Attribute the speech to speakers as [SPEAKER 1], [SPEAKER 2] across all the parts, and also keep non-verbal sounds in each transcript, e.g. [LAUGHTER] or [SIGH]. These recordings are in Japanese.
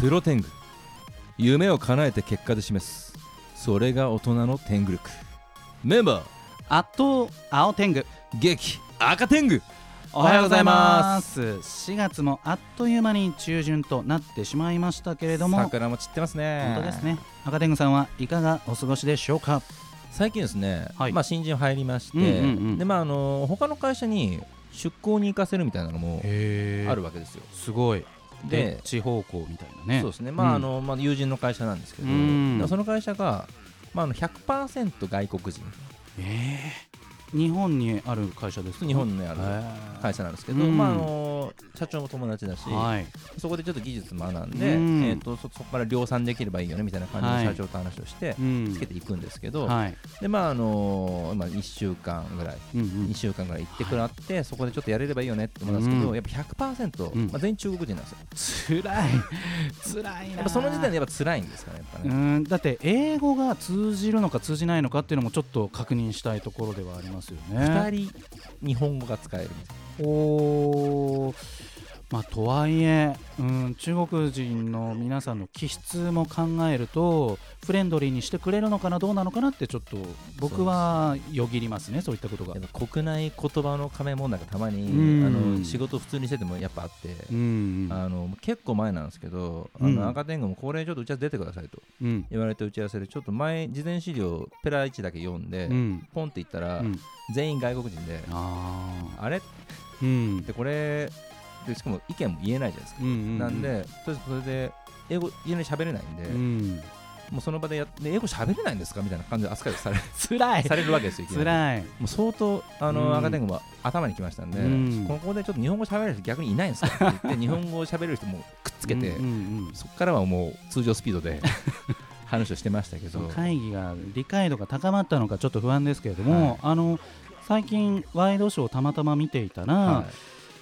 [SPEAKER 1] プロテング夢を叶えて結果で示すそれが大人の天狗力メンバー
[SPEAKER 2] あと青天狗
[SPEAKER 1] 激赤天狗
[SPEAKER 2] お
[SPEAKER 1] はようございます
[SPEAKER 2] 4月もあっという間に中旬となってしまいましたけれども本
[SPEAKER 1] 桜も散ってますね
[SPEAKER 2] 当ですね赤天狗さんはいかがお過ごしでしょうか
[SPEAKER 1] 最近ですね、
[SPEAKER 2] はい
[SPEAKER 1] まあ、新人入りまして、
[SPEAKER 2] うんうんうん
[SPEAKER 1] でまああの他の会社に出向に行かせるみたいなのも
[SPEAKER 2] へ
[SPEAKER 1] あるわけですよ
[SPEAKER 2] すごい
[SPEAKER 1] で
[SPEAKER 2] で地方向みたいなね
[SPEAKER 1] そうですね、まあ
[SPEAKER 2] うん
[SPEAKER 1] あのまあ、友人の会社なんですけど、
[SPEAKER 2] うん
[SPEAKER 1] でもその会社が、まあ、あの100%外国人
[SPEAKER 2] えー日本にある会社ですか
[SPEAKER 1] 日本にあ
[SPEAKER 2] あ
[SPEAKER 1] る会社なんですけど、
[SPEAKER 2] うん
[SPEAKER 1] まあ、あの社長も友達だし、
[SPEAKER 2] はい
[SPEAKER 1] そこでちょっと技術学んで、
[SPEAKER 2] うん
[SPEAKER 1] えー、とそそこから量産できればいいよねみたいな感じ
[SPEAKER 2] はい
[SPEAKER 1] で社長と話をして、
[SPEAKER 2] うん
[SPEAKER 1] つけていくんですけど、
[SPEAKER 2] はい
[SPEAKER 1] でまああのまあ、1週間ぐらい
[SPEAKER 2] うんうん
[SPEAKER 1] 2週間ぐらい行ってくらって、そこでちょっとやれればいいよねって思うんですけど、
[SPEAKER 2] うん
[SPEAKER 1] やっぱ100%、
[SPEAKER 2] うん
[SPEAKER 1] まあ、全員中国人なんですよ
[SPEAKER 2] つらい [LAUGHS] つらいな
[SPEAKER 1] やっぱその時点でやっぱ辛いんですかねやっぱ
[SPEAKER 2] う
[SPEAKER 1] ね、
[SPEAKER 2] んだって英語が通じるのか通じないのかっていうのもちょっと確認したいところではありますよね。
[SPEAKER 1] 2人日本語が使えるみたい
[SPEAKER 2] おーまあ、とはいえ、うん、中国人の皆さんの気質も考えるとフレンドリーにしてくれるのかなどうなのかなってちょっと僕はよぎりますねそういったことが
[SPEAKER 1] な。やっぱ国内言葉の壁問題がたまに、
[SPEAKER 2] うん
[SPEAKER 1] あの仕事普通にしててもやっぱあって、
[SPEAKER 2] うん
[SPEAKER 1] あの結構前なんですけど、
[SPEAKER 2] う
[SPEAKER 1] あ
[SPEAKER 2] ん
[SPEAKER 1] の赤天狗もこれちょっと打ち合わせ出てくださいと
[SPEAKER 2] うん
[SPEAKER 1] 言われて打ち合わせでちょっと前事前資料ペラ1だけ読んで、
[SPEAKER 2] うん
[SPEAKER 1] ポンって言ったら、
[SPEAKER 2] うん
[SPEAKER 1] 全員外国人で、
[SPEAKER 2] あ
[SPEAKER 1] あれっ
[SPEAKER 2] ーうん
[SPEAKER 1] てこれでしかも意見も言えないじゃないですか、
[SPEAKER 2] うんうん
[SPEAKER 1] なんでとりあえずそれで英語非常に喋れないんで、
[SPEAKER 2] うん
[SPEAKER 1] もうその場でやっで英語喋れないんですかみたいな感じで扱いをされ
[SPEAKER 2] [LAUGHS] つらい
[SPEAKER 1] されるわけですよいきな
[SPEAKER 2] つ
[SPEAKER 1] り
[SPEAKER 2] らい。
[SPEAKER 1] もう相当あの、
[SPEAKER 2] うん
[SPEAKER 1] 赤天狗は頭にきましたんで、
[SPEAKER 2] うん
[SPEAKER 1] ここでちょっと日本語喋れる人逆にいないんですかって
[SPEAKER 2] [LAUGHS]
[SPEAKER 1] 言って日本語を喋れる人もくっつけて、
[SPEAKER 2] うんうんうん
[SPEAKER 1] そこからはもう通常スピードで [LAUGHS] 話をしてましたけ
[SPEAKER 2] そ
[SPEAKER 1] ど
[SPEAKER 2] の会議が理解度が高まったのかちょっと不安ですけれども、
[SPEAKER 1] はい
[SPEAKER 2] あの最近ワイドショーをたまたま見ていたら、
[SPEAKER 1] は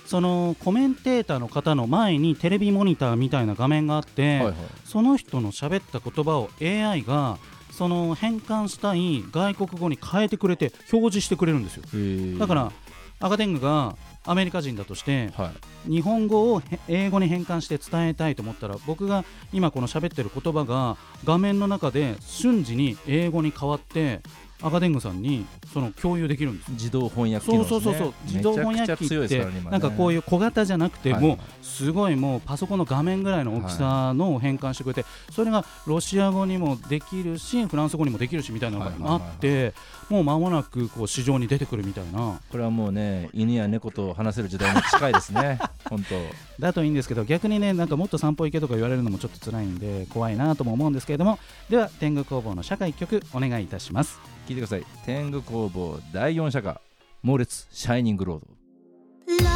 [SPEAKER 2] そのコメンテーターの方の前にテレビモニターみたいな画面があっ
[SPEAKER 1] い
[SPEAKER 2] て、
[SPEAKER 1] はいはい
[SPEAKER 2] その人の喋った言葉を AI がその変換したい外国語に変えてくれて表示してくれるんですよだから赤天狗がアメリカ人だとして
[SPEAKER 1] はい
[SPEAKER 2] 日本語をへ英語に変換して伝えたいと思ったら僕が今この喋ってる言葉が画面の中で瞬時に英語に変わって赤天狗さんにその共有できるんです
[SPEAKER 1] 自動翻訳機
[SPEAKER 2] そ
[SPEAKER 1] 能
[SPEAKER 2] う
[SPEAKER 1] ですね
[SPEAKER 2] そうそうそう自動翻訳
[SPEAKER 1] めち
[SPEAKER 2] 機っ
[SPEAKER 1] ゃくちゃ強いです
[SPEAKER 2] て
[SPEAKER 1] からね今ね
[SPEAKER 2] なんかこういう小型じゃなくても
[SPEAKER 1] は
[SPEAKER 2] うすごいもうパソコンの画面ぐらいの大きさのを変換してくれてそれがロシア語にもできるしフランス語にもできるしみたいなのがあってもう間もなくこう市場に出てくるみたいな
[SPEAKER 1] これはもうね犬や猫と話せる時代に近いですね [LAUGHS] 本当
[SPEAKER 2] だといいんですけど逆にねなんかもっと散歩行けとか言われるのもちょっと辛いんで怖いなとも思うんですけれどもでは天狗工房の社会曲お願いいたします
[SPEAKER 1] 聞いてください天狗工房第4社歌猛烈シャイニングロード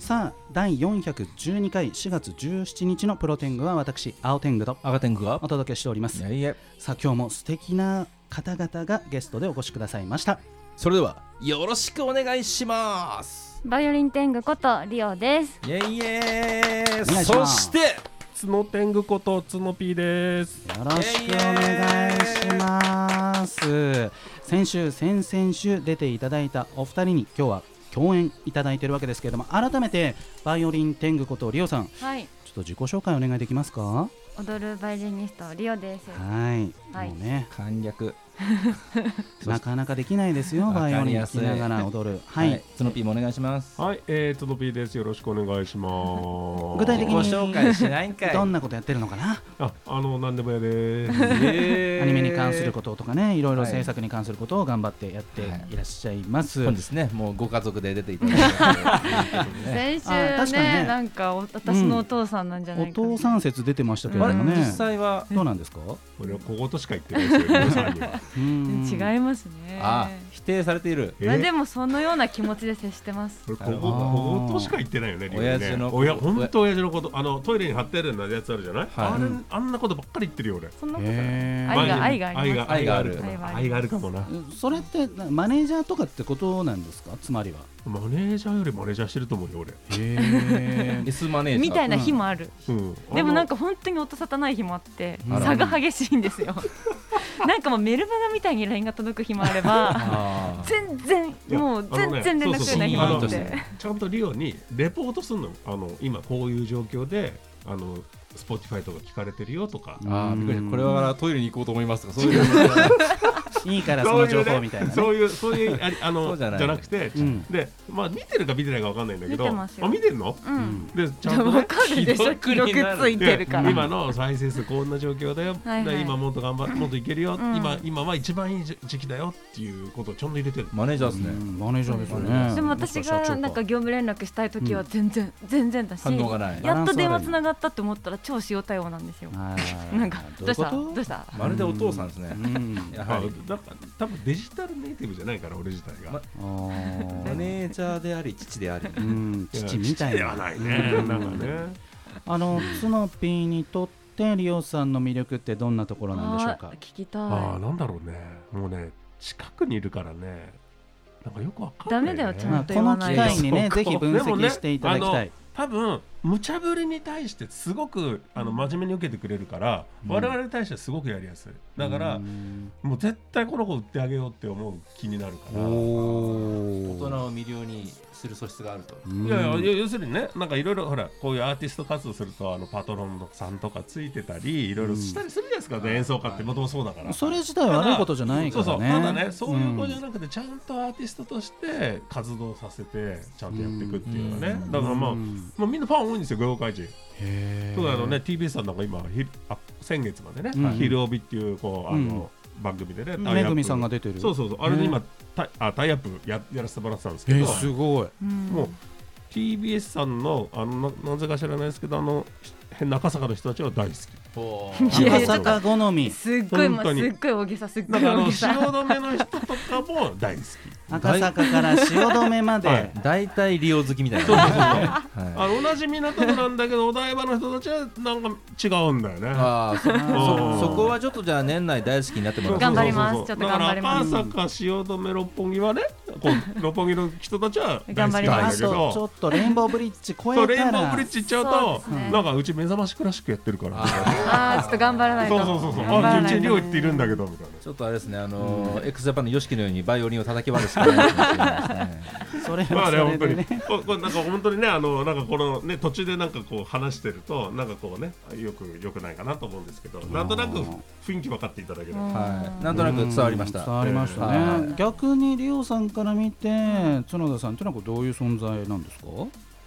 [SPEAKER 2] さあ第412回4月17日のプロ天狗は私青天狗と
[SPEAKER 1] 赤天狗が
[SPEAKER 2] お届けしておりま
[SPEAKER 1] い
[SPEAKER 2] す
[SPEAKER 1] やいや
[SPEAKER 2] さあ今日も素敵な方々がゲストでお越しくださいました
[SPEAKER 1] それではよろしくお願いします
[SPEAKER 3] バイオリン天狗ことリオです。
[SPEAKER 1] イエイイエーイ
[SPEAKER 2] お願いし
[SPEAKER 1] そ
[SPEAKER 2] ます
[SPEAKER 1] して
[SPEAKER 4] つの天狗ことつのぴーです。
[SPEAKER 2] よろしくお願いします先週先々週出ていただいたお二人に今日は共演いただいてるわけですけれども改めてバイオリン天狗ことリオさん
[SPEAKER 3] はい。
[SPEAKER 2] ちょっと自己紹介お願いできますか。は
[SPEAKER 3] 踊るバイオリニストリオです。
[SPEAKER 2] い。
[SPEAKER 3] はい
[SPEAKER 2] もうね、
[SPEAKER 1] 簡略
[SPEAKER 2] なかなかできないですよ。
[SPEAKER 1] わか
[SPEAKER 2] バ
[SPEAKER 1] り
[SPEAKER 2] イオリン弾
[SPEAKER 1] やす
[SPEAKER 2] き
[SPEAKER 1] い
[SPEAKER 2] ながら踊る。はい。
[SPEAKER 1] つのぴーもお願いします
[SPEAKER 4] はい、えー、つのぴーです。よろしくお願いします。
[SPEAKER 2] 具体的に
[SPEAKER 1] ご紹介しないんかい
[SPEAKER 2] [LAUGHS] どんなことやってるのかな。
[SPEAKER 4] あ、あの、なんでもやで
[SPEAKER 1] ア
[SPEAKER 4] す。
[SPEAKER 1] [LAUGHS]
[SPEAKER 2] ア
[SPEAKER 3] [LAUGHS]
[SPEAKER 2] ニメに関することとかね、いろいろ
[SPEAKER 1] はい
[SPEAKER 2] 制作に関することを頑張ってやっていらっしゃいます。
[SPEAKER 1] そうですねもうご家族で出ていただいて
[SPEAKER 2] [LAUGHS]
[SPEAKER 1] ね
[SPEAKER 3] 先週
[SPEAKER 2] あ確かにね
[SPEAKER 3] ね、なんかお私のお父さんなんじゃな
[SPEAKER 2] お
[SPEAKER 3] いかな。
[SPEAKER 2] 父さん説出てましたけれ
[SPEAKER 1] あ
[SPEAKER 2] ど
[SPEAKER 1] れ
[SPEAKER 2] も
[SPEAKER 1] 実
[SPEAKER 2] ね。
[SPEAKER 1] 際は
[SPEAKER 2] どうなんですか。う
[SPEAKER 4] 俺は小言しか言ってないですよ、皆さんに
[SPEAKER 3] [LAUGHS]
[SPEAKER 4] は。
[SPEAKER 2] ーん
[SPEAKER 3] 違いますね。
[SPEAKER 1] あ否定されている
[SPEAKER 4] え
[SPEAKER 3] まあでもそのような気持ちで接してます。
[SPEAKER 4] 俺小
[SPEAKER 1] あ
[SPEAKER 4] 言、
[SPEAKER 2] ー
[SPEAKER 4] 小言しか言ってないよね、リオ
[SPEAKER 1] 親
[SPEAKER 4] ね
[SPEAKER 1] 父の
[SPEAKER 4] 親、本当親父のこと、あの、トイレに貼ってあるようなやつあるじゃない。
[SPEAKER 1] はい
[SPEAKER 4] あれ、あんなことばっかり言ってるよ、俺。
[SPEAKER 3] そんなことない。
[SPEAKER 2] へ
[SPEAKER 3] 愛が
[SPEAKER 2] ー。
[SPEAKER 3] 愛があります
[SPEAKER 4] 愛がある。
[SPEAKER 3] 愛
[SPEAKER 4] 愛
[SPEAKER 3] は
[SPEAKER 4] が
[SPEAKER 3] あります
[SPEAKER 4] 愛があるかもな。
[SPEAKER 2] それってマネージャーとかってことなんですか。つまりは。
[SPEAKER 4] マネージャーよりマネージャーしてると思うよ、俺。
[SPEAKER 2] [LAUGHS] へ
[SPEAKER 1] S マネージャー
[SPEAKER 3] みたいな日もある。
[SPEAKER 4] うん。
[SPEAKER 3] でもなん
[SPEAKER 4] か。
[SPEAKER 3] か本当に音沙汰ない日もあって
[SPEAKER 1] あら
[SPEAKER 3] 差が激しいんですよ。なんかもうメルマガみたいに LINE が届く日もあれば
[SPEAKER 1] あ
[SPEAKER 3] [LAUGHS]
[SPEAKER 1] ー
[SPEAKER 3] 全然
[SPEAKER 4] いや
[SPEAKER 3] もう
[SPEAKER 4] あの
[SPEAKER 3] 全
[SPEAKER 4] ね
[SPEAKER 3] 然連絡
[SPEAKER 4] そう
[SPEAKER 3] く
[SPEAKER 4] そう
[SPEAKER 3] れない日もあっ
[SPEAKER 1] シーン
[SPEAKER 3] て
[SPEAKER 1] と
[SPEAKER 4] ちゃんとリオにレポートするのあの今こういう状況であの Spotify とか聞かれてるよとか
[SPEAKER 1] あーびっくりしたこれ
[SPEAKER 2] は
[SPEAKER 1] はトイレに行こうと思いますとかそう [LAUGHS] いう
[SPEAKER 2] いいからその情報みたいな、ね、
[SPEAKER 4] そういうねそういうそういうありあ
[SPEAKER 1] そ
[SPEAKER 4] の
[SPEAKER 1] う
[SPEAKER 4] じ
[SPEAKER 1] じ
[SPEAKER 4] ゃ
[SPEAKER 1] ゃない
[SPEAKER 4] なくて、
[SPEAKER 2] うん
[SPEAKER 4] でまあ見てるか見てないかわかんないんだけど
[SPEAKER 3] 見てますよ
[SPEAKER 4] あ見てるの
[SPEAKER 3] うん、
[SPEAKER 4] でちゃん
[SPEAKER 3] で
[SPEAKER 4] と、
[SPEAKER 3] も
[SPEAKER 4] ね
[SPEAKER 3] わ、かるでしょ記録ついてるから、
[SPEAKER 4] で今の再生数こんな状況だよ、
[SPEAKER 3] はいはい
[SPEAKER 4] で今もっと頑張もっといけるよ、
[SPEAKER 3] うん
[SPEAKER 4] 今今は一番いい時時期だよっていうことをちゃんと入れてる
[SPEAKER 1] マネージャー
[SPEAKER 2] う
[SPEAKER 1] ですね、
[SPEAKER 2] んマネージャーですよ
[SPEAKER 1] う
[SPEAKER 2] ね
[SPEAKER 1] ん
[SPEAKER 3] でも私
[SPEAKER 2] もしか
[SPEAKER 3] が
[SPEAKER 2] し
[SPEAKER 3] な
[SPEAKER 2] た
[SPEAKER 3] ん
[SPEAKER 2] ら
[SPEAKER 3] か業務連絡したい時は全然、全然だし
[SPEAKER 1] 反応がない
[SPEAKER 3] やっと電話つながったって思ったら超塩対応なんですよ
[SPEAKER 2] あー
[SPEAKER 3] [LAUGHS] なんかどうした
[SPEAKER 2] こと
[SPEAKER 3] どうした
[SPEAKER 1] まるでお父さんですね、
[SPEAKER 2] うん
[SPEAKER 1] やはり
[SPEAKER 4] あだから多分デジタルネイティブじゃないから俺自体が、
[SPEAKER 1] ま
[SPEAKER 2] あー
[SPEAKER 1] マネージャーであり父であり
[SPEAKER 2] うん
[SPEAKER 4] いや
[SPEAKER 2] 父みた
[SPEAKER 4] 父
[SPEAKER 2] いな
[SPEAKER 4] ではないね、
[SPEAKER 2] うん
[SPEAKER 4] なんかね
[SPEAKER 2] あのスノピーにとってリオさんの魅力ってどんなところなんでしょうか
[SPEAKER 3] あー聞きたい
[SPEAKER 4] ああなんだろうねもうね近くにいるからねなんかよくわかんな
[SPEAKER 3] ダ
[SPEAKER 4] い、ね、
[SPEAKER 3] メだよちゃ
[SPEAKER 2] まあ
[SPEAKER 3] んと
[SPEAKER 2] こ
[SPEAKER 3] 言わ
[SPEAKER 2] の
[SPEAKER 3] ない
[SPEAKER 2] 機
[SPEAKER 3] と
[SPEAKER 2] 会にね
[SPEAKER 4] そう
[SPEAKER 2] ぜひ分析していただき
[SPEAKER 4] でも
[SPEAKER 2] たい、
[SPEAKER 4] ね多分無茶ぶりに対してすごくあの真面目に受けてくれるから、
[SPEAKER 2] うん
[SPEAKER 4] 我々に対してはすごくやりやすいだから、
[SPEAKER 2] うん
[SPEAKER 4] もう絶対この子売ってあげようって思う気になるから
[SPEAKER 1] 大
[SPEAKER 2] お
[SPEAKER 1] 人
[SPEAKER 2] ー
[SPEAKER 1] を魅了にする素質があると
[SPEAKER 2] うん
[SPEAKER 4] いやいや要要するにねなんかいろいろほらこういうアーティスト活動するとあのパトロンさんとかついてたりいろいろしたりするじゃないですか、ね演奏家ってもともとそうだから
[SPEAKER 2] それ自体は悪いことじゃないからね
[SPEAKER 4] そうそうただねそういう子じゃなくてちゃんとアーティストとして活動させてちゃんとやっていくっていうのはね、
[SPEAKER 1] うん
[SPEAKER 4] だからまあ、
[SPEAKER 2] うん
[SPEAKER 4] まあみんなファン多いんですよ業界人
[SPEAKER 2] へー
[SPEAKER 4] そうあのね TBS さんなんか今ひあ先月までね「
[SPEAKER 2] うん
[SPEAKER 4] ひるおび」っていうこうあの、番組でねタイアッ
[SPEAKER 2] め
[SPEAKER 4] プ
[SPEAKER 2] ぐみさんが出てる
[SPEAKER 4] そうそうそうあれで今、
[SPEAKER 2] ね
[SPEAKER 4] タイあタイアップややらせてもらってたんです
[SPEAKER 2] え
[SPEAKER 4] けど、
[SPEAKER 2] ーすごい
[SPEAKER 3] うん
[SPEAKER 4] もう TBS さんのあのななぜか知らないですけどあのし中坂の人たちは大好き
[SPEAKER 1] ほ
[SPEAKER 3] いや
[SPEAKER 2] 赤
[SPEAKER 3] いやちょっと
[SPEAKER 2] 坂好み
[SPEAKER 3] すっごいも
[SPEAKER 4] 本
[SPEAKER 3] う
[SPEAKER 4] 当に
[SPEAKER 3] すっごい大げさすっ
[SPEAKER 4] な
[SPEAKER 3] ご
[SPEAKER 4] いんかあ
[SPEAKER 2] [LAUGHS]
[SPEAKER 3] 大
[SPEAKER 4] の
[SPEAKER 3] げ
[SPEAKER 4] 汐留
[SPEAKER 3] さ
[SPEAKER 4] の人とかも大好き
[SPEAKER 2] 赤坂から汐留ま
[SPEAKER 4] は
[SPEAKER 2] で
[SPEAKER 4] い
[SPEAKER 1] [LAUGHS] 大体利用好きみたいな、
[SPEAKER 4] あ
[SPEAKER 1] は
[SPEAKER 4] の
[SPEAKER 1] い、
[SPEAKER 4] 同じ港区なんだけどお台場の人たちはなんか違うんだよね
[SPEAKER 1] あーそ
[SPEAKER 4] ー
[SPEAKER 1] そそこはちょっとじゃあ年内大好きになってもらって
[SPEAKER 3] 頑張りますちょっと頑張りま
[SPEAKER 4] だ
[SPEAKER 3] す
[SPEAKER 4] から赤坂汐留六本木はねこう
[SPEAKER 3] [LAUGHS]
[SPEAKER 4] 六本木の人たちは大好きな
[SPEAKER 2] あ
[SPEAKER 4] んだけ
[SPEAKER 2] とちょ
[SPEAKER 4] ど
[SPEAKER 2] っとレインボーブリッジ
[SPEAKER 4] そう
[SPEAKER 2] 越
[SPEAKER 4] レ
[SPEAKER 2] え
[SPEAKER 4] イ
[SPEAKER 2] た
[SPEAKER 4] ンボーブリ
[SPEAKER 2] ら
[SPEAKER 4] ッジ行っちゃう
[SPEAKER 3] そうで
[SPEAKER 4] と
[SPEAKER 3] すね
[SPEAKER 4] なんかうち目覚ましクラシックやってるから
[SPEAKER 3] あーちょっと頑張らない
[SPEAKER 4] そ
[SPEAKER 3] と
[SPEAKER 4] うそうそうそう
[SPEAKER 3] 頑張ら
[SPEAKER 4] あう
[SPEAKER 3] ない
[SPEAKER 4] ち
[SPEAKER 3] と
[SPEAKER 4] 寮行っているんだけどみたいな
[SPEAKER 1] ちょっとあれですねあのー x ジャパンの YOSHIKI のようにバイオリンを叩き割るしかないか [LAUGHS] もしれないですね
[SPEAKER 2] それ
[SPEAKER 4] ま
[SPEAKER 2] は
[SPEAKER 4] あね本
[SPEAKER 2] そ
[SPEAKER 4] 当
[SPEAKER 2] れで
[SPEAKER 4] に
[SPEAKER 2] ね
[SPEAKER 4] ここれなんか本当にねあのなんかこのね途中でなんかこう話してるとなんかこうねよくよくないかなと思うんですけどなんとなく雰囲気分かっていただければ
[SPEAKER 3] うん
[SPEAKER 1] はい、なんとなく伝わりまし
[SPEAKER 2] う
[SPEAKER 1] た
[SPEAKER 2] ん伝わりましたね、
[SPEAKER 1] は
[SPEAKER 2] 逆にリオさんから見て角田さんっていうのはどういう存在なんですか、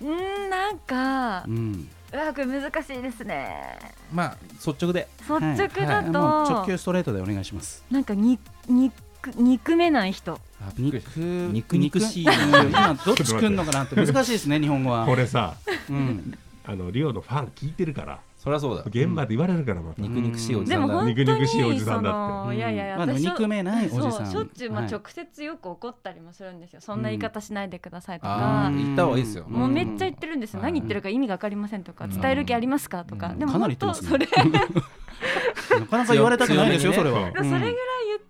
[SPEAKER 3] うんなんか
[SPEAKER 2] うん、
[SPEAKER 3] うわこれ難しいですね
[SPEAKER 1] まあ率直で
[SPEAKER 3] 率直だ
[SPEAKER 2] はいもう
[SPEAKER 3] と、
[SPEAKER 2] 直球ストレートでお願いします
[SPEAKER 3] なんかにに憎めない人
[SPEAKER 2] 肉
[SPEAKER 1] 肉肉しい
[SPEAKER 2] うん [LAUGHS] 今どっちくんのかなって難しいですね日本語は
[SPEAKER 4] これさ
[SPEAKER 2] うん、
[SPEAKER 4] あのリオのファン聞いてるから
[SPEAKER 1] そりゃそうだ
[SPEAKER 4] 現場で言われるからまた、
[SPEAKER 1] 肉肉しいおじ
[SPEAKER 3] で
[SPEAKER 1] さん
[SPEAKER 3] も
[SPEAKER 1] だ
[SPEAKER 3] 本
[SPEAKER 1] ね
[SPEAKER 4] 肉
[SPEAKER 3] 当に
[SPEAKER 4] 々しいおじさんだって
[SPEAKER 3] そのいやいや、
[SPEAKER 2] まあ
[SPEAKER 3] 私
[SPEAKER 2] 憎めないおじさん
[SPEAKER 3] そうしょっちゅう、まあ、
[SPEAKER 2] はい
[SPEAKER 3] 直接よく怒ったりもするんですよ、そんな言い方しないでくださいと
[SPEAKER 1] あ
[SPEAKER 3] か
[SPEAKER 1] ー、言った方がいいですよ
[SPEAKER 3] もうめっちゃ言ってるんですよ、
[SPEAKER 1] うん
[SPEAKER 3] 何言ってるか意味が分かりませんとか、
[SPEAKER 1] うん
[SPEAKER 3] 伝える気ありますかとか、
[SPEAKER 1] うん
[SPEAKER 3] でも
[SPEAKER 2] かなり
[SPEAKER 3] 本
[SPEAKER 2] 言
[SPEAKER 3] 当
[SPEAKER 2] って
[SPEAKER 3] そ
[SPEAKER 2] ます
[SPEAKER 3] れ
[SPEAKER 2] ねなかなか言われたくないですよ、
[SPEAKER 1] 強
[SPEAKER 2] そ
[SPEAKER 1] め
[SPEAKER 2] れ
[SPEAKER 4] にね
[SPEAKER 2] は、
[SPEAKER 3] それぐらい言っ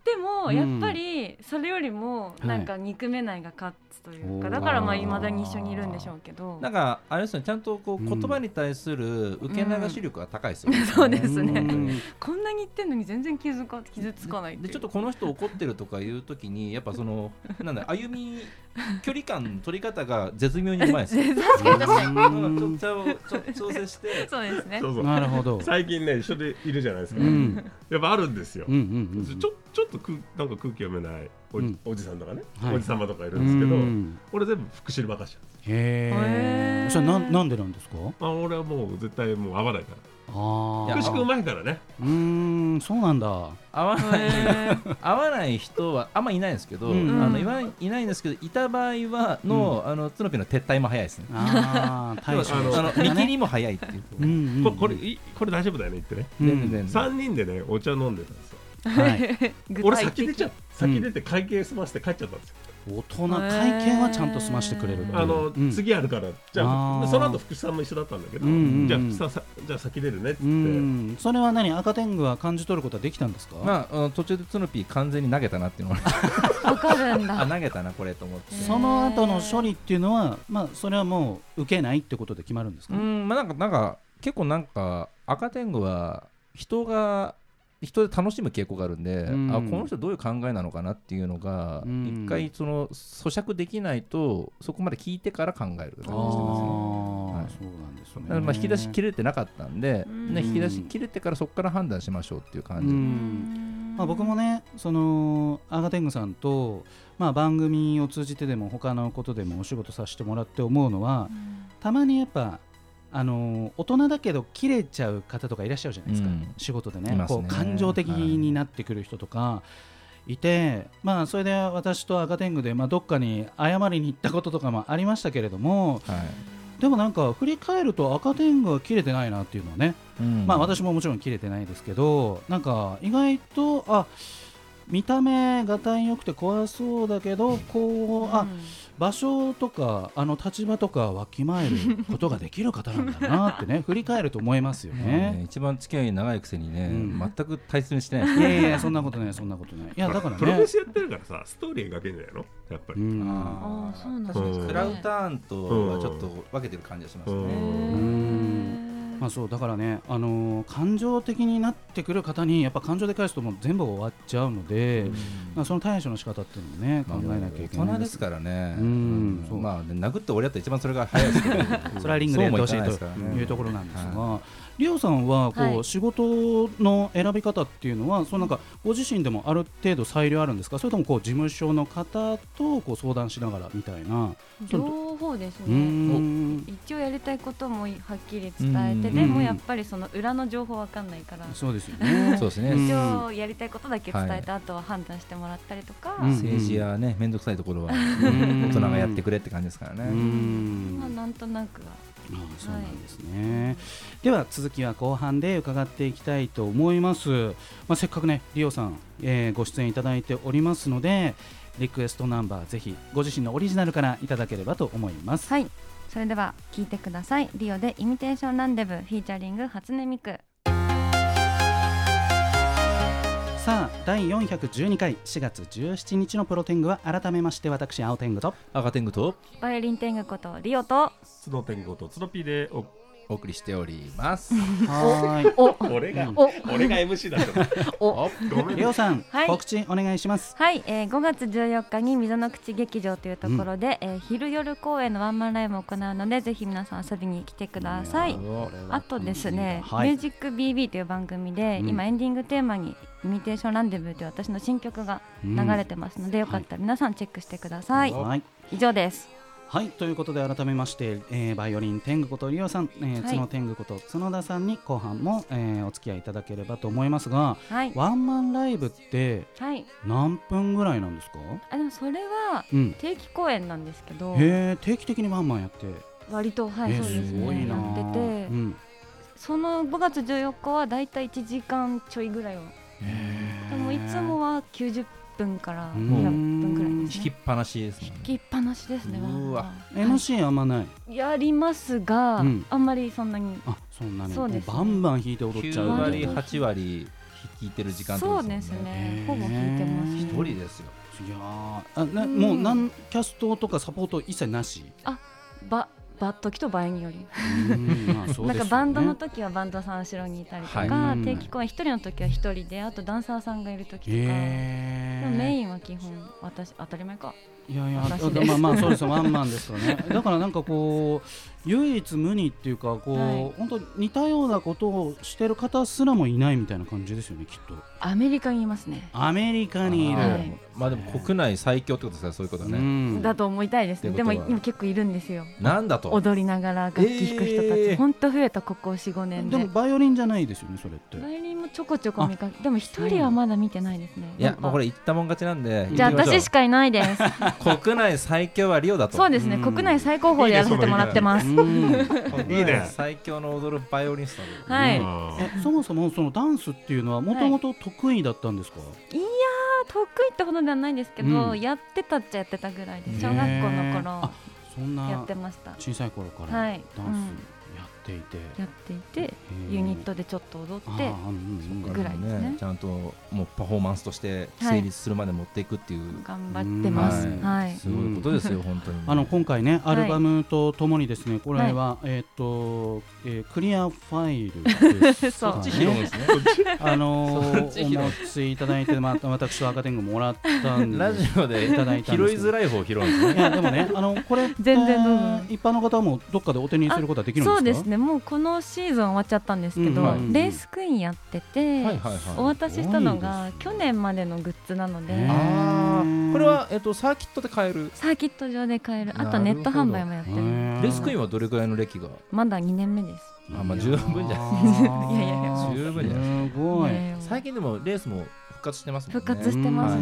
[SPEAKER 3] ても、
[SPEAKER 2] うん
[SPEAKER 3] やっぱりそれよりもなんか憎めないが勝つという
[SPEAKER 2] は
[SPEAKER 3] か、
[SPEAKER 2] い
[SPEAKER 3] だからまあいまだに一緒にいるんでしょうけど
[SPEAKER 1] なんかあれですよねちゃんとこう
[SPEAKER 2] うん
[SPEAKER 1] 言葉に対する受け流し力が高いですよ、ね
[SPEAKER 3] そうですね
[SPEAKER 2] うん
[SPEAKER 3] こんなに言ってんのに全然傷か傷つかないってい
[SPEAKER 1] で
[SPEAKER 3] う
[SPEAKER 1] ちょっとこの人怒ってるとかいう時にやっぱそのなんだ歩み距離感の取り方が絶妙にうまいです
[SPEAKER 3] [LAUGHS]
[SPEAKER 1] よ
[SPEAKER 2] う
[SPEAKER 1] ち
[SPEAKER 2] ん
[SPEAKER 1] ょっとちょ調整して
[SPEAKER 3] [LAUGHS] そうですね
[SPEAKER 4] そうそう
[SPEAKER 2] なるほど、
[SPEAKER 4] 最近ね一緒でいるじゃないです
[SPEAKER 2] う
[SPEAKER 4] か、
[SPEAKER 2] ん、うん
[SPEAKER 4] やっぱあるんですよ、
[SPEAKER 2] うんうんうん
[SPEAKER 4] ちょちょっと空なんか空気読めないおじ,、
[SPEAKER 2] うん
[SPEAKER 4] おじさんとかね、
[SPEAKER 2] はい
[SPEAKER 4] おじ様とかいるんですけど、
[SPEAKER 2] うん
[SPEAKER 4] 俺全部福祉任せちゃうんです
[SPEAKER 2] へ
[SPEAKER 3] へ
[SPEAKER 2] え
[SPEAKER 3] ー
[SPEAKER 2] それなんなんでなんですか
[SPEAKER 4] あ俺はもう絶対もう合わないか
[SPEAKER 2] あ
[SPEAKER 4] ら
[SPEAKER 1] い
[SPEAKER 4] 福祉
[SPEAKER 1] や
[SPEAKER 4] 君うまいからね
[SPEAKER 2] うーんそうなんだ
[SPEAKER 1] 合わない
[SPEAKER 3] へー
[SPEAKER 2] [LAUGHS]
[SPEAKER 1] 合わない人はあんまいないんですけど、
[SPEAKER 2] うん
[SPEAKER 1] あのいないいないんですけどいた場合はの、あのツノピの撤退も早いですね
[SPEAKER 2] ああ
[SPEAKER 1] あ
[SPEAKER 2] [LAUGHS] 対
[SPEAKER 1] の
[SPEAKER 2] 処の
[SPEAKER 1] あの
[SPEAKER 2] 仕方
[SPEAKER 1] 見
[SPEAKER 2] ね
[SPEAKER 1] 切りも早いっていう、
[SPEAKER 2] うんうんうん
[SPEAKER 4] ここれいこれ大丈夫だよね言ってね
[SPEAKER 2] うん
[SPEAKER 1] 全然全然
[SPEAKER 4] 3人でねお茶飲んでたんですよ
[SPEAKER 2] はい
[SPEAKER 3] 具体的
[SPEAKER 4] 俺先出ちゃ先出て会計済ませて帰っちゃったんですよ、
[SPEAKER 2] 大人会計はちゃんと済ましてくれるっていう
[SPEAKER 4] あの、
[SPEAKER 2] うん
[SPEAKER 4] 次あるからじ
[SPEAKER 2] あ
[SPEAKER 4] ゃ
[SPEAKER 2] ー
[SPEAKER 4] あその後福祉さんも一緒だったんだけど、
[SPEAKER 2] うんうんうん
[SPEAKER 4] じゃあ福士さんさじゃあ先出るねっつって、
[SPEAKER 2] うんそれは何赤天狗は感じ取ることはできたんですか
[SPEAKER 1] まあ、あの途中でツノピー完全に投げたなっていうのが
[SPEAKER 3] [LAUGHS] わかるん
[SPEAKER 1] あ
[SPEAKER 3] だ
[SPEAKER 1] 投げたなこれと思って
[SPEAKER 2] その後の処理っていうのはまあそれはもう受けないってことで決まるんです
[SPEAKER 1] う
[SPEAKER 2] か
[SPEAKER 1] んまあなんかなんか結構なんか赤天狗は人が人で楽しむ傾向があるんで、
[SPEAKER 2] うん
[SPEAKER 1] あこの人どういう考えなのかなっていうのが、
[SPEAKER 2] うん
[SPEAKER 1] 一回その咀嚼できないとそこまで聞いてから考える
[SPEAKER 2] ああ、
[SPEAKER 1] よはい
[SPEAKER 2] そうなんです
[SPEAKER 1] う
[SPEAKER 2] ね
[SPEAKER 1] にしてますねだからまあ引き出しきれてなかったんで、
[SPEAKER 3] うん
[SPEAKER 1] ね、引き出しきれてからそこから判断しましょうっていう感
[SPEAKER 2] う
[SPEAKER 1] じ、
[SPEAKER 2] んまあ、僕もねそのアガテングさんと、まあ、番組を通じてでも他のことでもお仕事させてもらって思うのはたまにやっぱあのー大人だけど切れちゃう方とかいらっしゃるじゃないですか、
[SPEAKER 1] うん
[SPEAKER 2] 仕事でね
[SPEAKER 1] います
[SPEAKER 2] こ
[SPEAKER 1] ね
[SPEAKER 2] う感情的になってくる人とかいて、まあ、それで私とアガテングで、まあ、どっかに謝りに行ったこととかもありましたけれども
[SPEAKER 1] はい
[SPEAKER 2] でもなんか振り返るとアガテングは切れてないなっていうのはね
[SPEAKER 1] うん
[SPEAKER 2] まあ私ももちろん切れてないですけどなんか意外とあ見た目がたいよくて怖そうだけどこうあ場所とかあの立場とかわきまえることができる方なんだなってね振り返ると思いますよ
[SPEAKER 1] ね
[SPEAKER 2] ね。
[SPEAKER 1] 一番付き合い長いくせにね、
[SPEAKER 2] うん
[SPEAKER 1] 全く大切にしてないです
[SPEAKER 2] い
[SPEAKER 1] ね
[SPEAKER 2] やいやそんなことないそんなことないいやだから
[SPEAKER 4] プロレ
[SPEAKER 2] ね。
[SPEAKER 4] スやってるからさストーリー描けんじゃないのやっぱり、
[SPEAKER 2] うん
[SPEAKER 3] あーそうなんだ
[SPEAKER 1] 確かにクラウターンとは
[SPEAKER 4] うん
[SPEAKER 1] ちょっと分けてる感じがしますね、
[SPEAKER 4] うん
[SPEAKER 3] ん
[SPEAKER 2] まあ
[SPEAKER 3] ず
[SPEAKER 2] そうだからね、あのー感情的になってくる方にやっぱ感情で返すともう全部終わっちゃうので、まあ、その対処の仕方っていうのもね考えなきゃいけ
[SPEAKER 1] まあ
[SPEAKER 2] な
[SPEAKER 1] 大
[SPEAKER 2] い
[SPEAKER 1] 人ですからね、
[SPEAKER 2] うん
[SPEAKER 1] ん
[SPEAKER 2] そう
[SPEAKER 1] まあね殴って俺だったら一番それが早いですけど
[SPEAKER 2] それはリングでやってほしいと
[SPEAKER 1] そうもかな
[SPEAKER 2] いう
[SPEAKER 1] です
[SPEAKER 2] と
[SPEAKER 1] か
[SPEAKER 2] ころなんですが、
[SPEAKER 1] は
[SPEAKER 2] リオさんはこう、
[SPEAKER 3] はい
[SPEAKER 2] 仕事の選び方っていうのはそのなんかご自身でもある程度裁量あるんですかそれともこう事務所の方とこう相談しながらみたいな。
[SPEAKER 3] 両方です
[SPEAKER 2] うーん
[SPEAKER 3] ね一応やりたいこともはっきり伝えて
[SPEAKER 1] うん
[SPEAKER 3] でもやっぱりその裏の情報わかんないから
[SPEAKER 2] そうですよ [LAUGHS] ね。
[SPEAKER 1] そうですね、
[SPEAKER 2] うん
[SPEAKER 3] 一応やりたいことだけ伝えた後は判断してもらったりとか、
[SPEAKER 2] うん
[SPEAKER 1] 政治やね面倒くさいところは
[SPEAKER 2] ん
[SPEAKER 1] 大人がやってくれって感じですから
[SPEAKER 2] う
[SPEAKER 1] ね、
[SPEAKER 2] ん
[SPEAKER 3] まあなんとなくは
[SPEAKER 2] ああそうなんですね、では続きは後半で伺っていきたいと思います、まあ、せっかくねリオさん、えーご出演いただいておりますのでリクエストナンバーぜひご自身のオリジナルからいただければと思います
[SPEAKER 3] はいそれでは聞いてくださいリオでイミテーションランデブーフィーチャリング初音ミク
[SPEAKER 2] さあ第412回4月17日のプロテングは改めまして私青天狗と
[SPEAKER 1] 赤天狗と
[SPEAKER 3] バイオリン天狗ことリオと
[SPEAKER 4] スノーテンゴとツノピーでお
[SPEAKER 1] お送りしております
[SPEAKER 2] はーい
[SPEAKER 3] お
[SPEAKER 4] 俺が
[SPEAKER 3] お
[SPEAKER 4] 俺が MC だった
[SPEAKER 1] お
[SPEAKER 4] ごめん
[SPEAKER 2] リオさん、
[SPEAKER 3] はい
[SPEAKER 2] 告知お願いします
[SPEAKER 3] はい、えー、5月14日に溝の口劇場というところで、えー昼夜公演のワンマンライブを行うのでぜひ皆さん遊びに来てください
[SPEAKER 1] なるほど
[SPEAKER 3] あとですね、
[SPEAKER 2] はい
[SPEAKER 3] ミュージック BB という番組で、
[SPEAKER 2] うん
[SPEAKER 3] 今エンディングテーマにイミテーションランデブーという私の新曲が流れてますので、よかったら皆さんチェックしてください、
[SPEAKER 1] は
[SPEAKER 2] はい
[SPEAKER 3] 以上です
[SPEAKER 2] はいということで改めまして、えーバイオリン天狗ことリオさん、えー
[SPEAKER 3] はい
[SPEAKER 2] 角天狗こと角田さんに後半も、えーお付き合いいただければと思いますが
[SPEAKER 3] はい
[SPEAKER 2] ワンマンライブって
[SPEAKER 3] はい
[SPEAKER 2] 何分ぐらいなんですか、
[SPEAKER 3] あでもそれは
[SPEAKER 2] うん、
[SPEAKER 3] 定期公演なんですけど
[SPEAKER 2] へえ定期的にワンマンやって、
[SPEAKER 3] 割とはい、
[SPEAKER 2] えー
[SPEAKER 3] そうです
[SPEAKER 2] ごい
[SPEAKER 3] ね
[SPEAKER 2] な
[SPEAKER 3] やってて、
[SPEAKER 2] うん、
[SPEAKER 3] その5月14日はだいたい1時間ちょいぐらいをでもいつもは90分から100分ぐらいです、
[SPEAKER 1] 引
[SPEAKER 3] ね、
[SPEAKER 1] きっぱなしですもんね
[SPEAKER 3] 引きっぱなしですねワン
[SPEAKER 1] う
[SPEAKER 3] マ
[SPEAKER 1] わ
[SPEAKER 3] ンは
[SPEAKER 2] MC あんまない
[SPEAKER 3] いやりますが、
[SPEAKER 2] うん
[SPEAKER 3] あんまりそんなに
[SPEAKER 2] あそんなに
[SPEAKER 3] そうですね
[SPEAKER 2] もうバンバン弾いて踊っちゃ
[SPEAKER 1] 9
[SPEAKER 2] うみたいな
[SPEAKER 1] 割8割聞いてる時間ってこ
[SPEAKER 3] そ
[SPEAKER 1] と
[SPEAKER 3] うです
[SPEAKER 1] もん
[SPEAKER 3] ね
[SPEAKER 2] へー
[SPEAKER 3] ほぼ聞いてますね
[SPEAKER 1] 一人ですよ
[SPEAKER 2] いやーあな
[SPEAKER 3] うん
[SPEAKER 2] もうなんキャストとかサポート一切なし、
[SPEAKER 3] ばバッ時と場合により、
[SPEAKER 2] うんまあそう
[SPEAKER 3] な
[SPEAKER 2] ですよね
[SPEAKER 3] んかバンドの時はバンドさん後ろにいたりとか、
[SPEAKER 2] はい
[SPEAKER 3] 定期公演一人の時は一人であとダンサーさんがいる時とか、
[SPEAKER 2] へ
[SPEAKER 3] で
[SPEAKER 2] ー
[SPEAKER 3] もメインは基本私当たり前か
[SPEAKER 2] いやいや、
[SPEAKER 3] 私
[SPEAKER 2] あ
[SPEAKER 3] です
[SPEAKER 2] まあまあそうですよワンマンですよね。だからなんかこう唯一無二っていうかこう、
[SPEAKER 3] はい
[SPEAKER 2] 本当に似たようなことをしてる方すらもいないみたいな感じですよねきっと。
[SPEAKER 3] アメリカにいますね、
[SPEAKER 2] アメリカにいる。
[SPEAKER 1] あ
[SPEAKER 3] は
[SPEAKER 1] ー
[SPEAKER 3] い
[SPEAKER 1] まあでも国内最強ってことですねそういうことは
[SPEAKER 2] う
[SPEAKER 1] ね、
[SPEAKER 2] ん
[SPEAKER 3] だと思いたいですね
[SPEAKER 1] って
[SPEAKER 3] で
[SPEAKER 1] こと
[SPEAKER 3] も
[SPEAKER 1] は
[SPEAKER 3] 今結構いるんですよ
[SPEAKER 1] なんだと
[SPEAKER 3] 踊りながら楽器弾く人たち、
[SPEAKER 1] えー
[SPEAKER 3] ほんと増えたここ45年
[SPEAKER 2] で
[SPEAKER 3] で
[SPEAKER 2] もバイオリンじゃないですよねそれって。
[SPEAKER 3] バイオリンもちょこちょこ見かけでも一人はまだ見てないですね
[SPEAKER 1] いや、まあ、これ言ったもん勝ちなんで、
[SPEAKER 3] じゃあ
[SPEAKER 1] 言ってみまょう
[SPEAKER 3] 私しかいないです
[SPEAKER 1] 国内最強はリオだと。
[SPEAKER 3] そうですね
[SPEAKER 2] うん
[SPEAKER 3] 国内最高峰でやらせてもらってます
[SPEAKER 2] うん
[SPEAKER 1] [LAUGHS] 国内最強の踊るバイオリニストだと。
[SPEAKER 3] はい
[SPEAKER 4] あ
[SPEAKER 2] えそもそもそのダンスっていうのはもともと得意だったんですか、
[SPEAKER 3] 得意ってほどではないんですけど、
[SPEAKER 2] うん
[SPEAKER 3] やってたっちゃやってたぐらいです小学校の
[SPEAKER 2] へー
[SPEAKER 3] 頃
[SPEAKER 2] あそん
[SPEAKER 3] や
[SPEAKER 2] な
[SPEAKER 3] ってました
[SPEAKER 2] 小さい頃からダ
[SPEAKER 3] は
[SPEAKER 2] ン
[SPEAKER 3] い
[SPEAKER 2] スやっていて、
[SPEAKER 3] やっていて
[SPEAKER 2] へー
[SPEAKER 3] ユニットでちょっと踊って
[SPEAKER 2] あーうんうんうん
[SPEAKER 3] ぐらいですね
[SPEAKER 1] なるほどねちゃんともうパフォーマンスとして成立するまで持っていくっていう、
[SPEAKER 3] 頑張ってます。
[SPEAKER 2] うん
[SPEAKER 3] はい。
[SPEAKER 1] [LAUGHS] すごいことですよ、本当に。
[SPEAKER 2] あの今回ね、ア
[SPEAKER 3] い
[SPEAKER 2] ルバムとともにですね、これは、えーっと、えークリアファイルです
[SPEAKER 3] [LAUGHS] そう
[SPEAKER 1] こっち
[SPEAKER 2] ね
[SPEAKER 1] 広いです
[SPEAKER 2] [LAUGHS]
[SPEAKER 1] ね。
[SPEAKER 2] あのー
[SPEAKER 1] そっち
[SPEAKER 2] お
[SPEAKER 1] 拾う
[SPEAKER 2] 持ちいただいて、また私は赤天狗もらったんで、
[SPEAKER 1] ラジオで
[SPEAKER 2] いただいたんで
[SPEAKER 1] 拾
[SPEAKER 2] すけ
[SPEAKER 1] い
[SPEAKER 2] ど
[SPEAKER 1] づらい方 [LAUGHS] を拾うんです
[SPEAKER 2] い
[SPEAKER 1] ね。
[SPEAKER 2] やでもね、あのこれって
[SPEAKER 3] 全然どうぞ
[SPEAKER 2] 一般の方もどっかでお手にすることはできるんですか。
[SPEAKER 3] そうですねもうこのシーズン終わっちゃったんですけど、
[SPEAKER 1] うんはい
[SPEAKER 3] レースクイーンやってて、
[SPEAKER 1] はいはいはい。
[SPEAKER 3] お渡ししたの
[SPEAKER 2] す
[SPEAKER 3] が
[SPEAKER 2] ごいですね
[SPEAKER 3] 去年までのグッズなので、
[SPEAKER 2] ね
[SPEAKER 1] あーこれは、えっと、サーキットで買える。
[SPEAKER 3] サーキット上で買えるあ
[SPEAKER 1] な
[SPEAKER 3] とネ
[SPEAKER 1] るほ
[SPEAKER 3] ッ
[SPEAKER 1] ど
[SPEAKER 3] ト販売もやってる
[SPEAKER 2] へー
[SPEAKER 1] レースクイーンはどれくらいの歴が
[SPEAKER 3] まだ2年目です
[SPEAKER 1] あまあ十分じゃ
[SPEAKER 3] [LAUGHS] いいやいやいや
[SPEAKER 1] 十分じゃ
[SPEAKER 2] すごい。
[SPEAKER 3] ねえ
[SPEAKER 1] 最近でもレースも復活してますもんね。
[SPEAKER 3] 復活してます
[SPEAKER 2] レ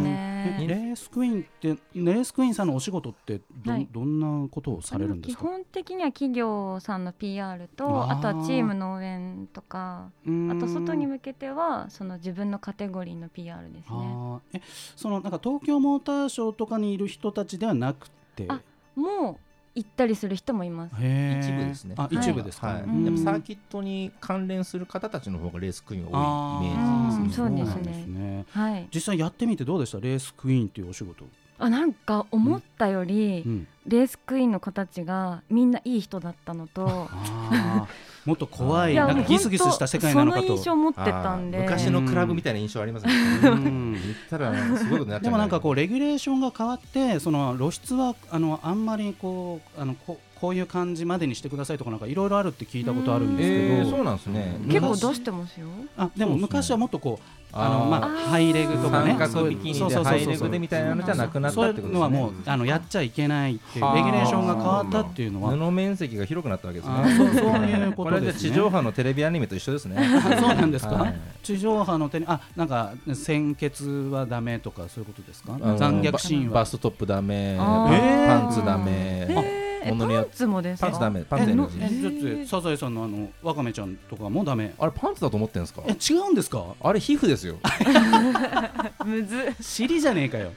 [SPEAKER 3] ね、
[SPEAKER 2] ースクイーンってレースクイーンさんのお仕事ってど,、
[SPEAKER 3] はい
[SPEAKER 2] どんなことをされるんです
[SPEAKER 3] 基
[SPEAKER 2] か。
[SPEAKER 3] 本的には企業さんの PR
[SPEAKER 2] わ
[SPEAKER 3] と
[SPEAKER 2] あ
[SPEAKER 3] あとはチームの応援とかあ
[SPEAKER 2] あ
[SPEAKER 3] と外に向けてはその自分のカテゴリーの PR ですね
[SPEAKER 2] あーえそのなんか東京モーターショーとかにいる人たちではなくて。
[SPEAKER 3] あもう行ったりする人もいます
[SPEAKER 2] へー
[SPEAKER 1] 一部ですね。
[SPEAKER 2] あ一部ですか。
[SPEAKER 1] はい
[SPEAKER 2] うん
[SPEAKER 1] やっぱサーキットに関連する方たちの方がレースクイーンが
[SPEAKER 2] あ
[SPEAKER 1] 多いイメージ。
[SPEAKER 3] ー
[SPEAKER 2] ー
[SPEAKER 3] うんそうですね
[SPEAKER 2] なんね
[SPEAKER 3] はい
[SPEAKER 2] 実際やってみてどうでしたレースクイーンっていうお仕事。
[SPEAKER 3] あなんか思ったより、 [LAUGHS]
[SPEAKER 2] うん
[SPEAKER 3] レースクイーンの子たちがみんないい人だったの
[SPEAKER 2] [LAUGHS]
[SPEAKER 3] と
[SPEAKER 2] あーもっと怖い
[SPEAKER 1] いや
[SPEAKER 2] なんか
[SPEAKER 1] もう
[SPEAKER 2] ギスギスした世界なのか
[SPEAKER 3] その
[SPEAKER 2] と
[SPEAKER 3] 印。象持ってたんで
[SPEAKER 1] あー昔のクラブみたいな印象ありますね。
[SPEAKER 2] うん
[SPEAKER 1] 言ったらなんかすごいことになっちゃう。
[SPEAKER 2] でもなんかこうレギュレーションが変わってその露出はあのあんまりこうあのここういう感じまでにしてくださいとかなんかいろいろあるって聞いたことあるんですけど、
[SPEAKER 1] えー、そうなんですね。
[SPEAKER 3] 結構出してますよ
[SPEAKER 2] あでも昔はもっとこうあのまあ
[SPEAKER 1] あ
[SPEAKER 3] ー
[SPEAKER 2] ハイレグ
[SPEAKER 1] ー
[SPEAKER 2] とかね
[SPEAKER 1] 三角ビキニ
[SPEAKER 2] そう
[SPEAKER 1] で
[SPEAKER 2] そう
[SPEAKER 1] ハ
[SPEAKER 2] そう
[SPEAKER 1] イ
[SPEAKER 2] そう
[SPEAKER 1] レグでみたいなのじゃなくなった
[SPEAKER 2] そう
[SPEAKER 1] っ
[SPEAKER 2] い
[SPEAKER 1] てこ
[SPEAKER 2] う
[SPEAKER 1] とで
[SPEAKER 2] の
[SPEAKER 1] す
[SPEAKER 2] はもう
[SPEAKER 1] ね。
[SPEAKER 2] あのやっちゃいけないっていう
[SPEAKER 1] はあ
[SPEAKER 2] レギュレーションが変わったっていうのは
[SPEAKER 1] 布面積が広くなったわけです
[SPEAKER 2] あーそう
[SPEAKER 1] ね。
[SPEAKER 2] そういうこ
[SPEAKER 1] ことれ
[SPEAKER 2] で
[SPEAKER 1] です
[SPEAKER 2] ね
[SPEAKER 1] 地上波のテレビアニメと一緒
[SPEAKER 2] [LAUGHS]
[SPEAKER 1] ですね。
[SPEAKER 2] あそうなんですか、
[SPEAKER 1] はい
[SPEAKER 2] 地上波の手にあなんか鮮血はダメとかそういうことですか
[SPEAKER 1] あの
[SPEAKER 2] 残虐シーン
[SPEAKER 1] ババ
[SPEAKER 2] は
[SPEAKER 1] ストトップダメ、
[SPEAKER 3] あー
[SPEAKER 1] パンツダメ、
[SPEAKER 3] えー、え
[SPEAKER 1] 物に
[SPEAKER 3] パ
[SPEAKER 1] よっ
[SPEAKER 3] ンツもですか
[SPEAKER 1] パンツダメ、パンツ
[SPEAKER 2] え
[SPEAKER 1] NG
[SPEAKER 2] えちょっとえサザエさんのあのワカメちゃんとかもダメ
[SPEAKER 1] あれパンツだと思ってんですか
[SPEAKER 2] え違うんですか
[SPEAKER 1] あれ皮膚ですよ。
[SPEAKER 3] むずっ
[SPEAKER 2] 尻じゃねえかよ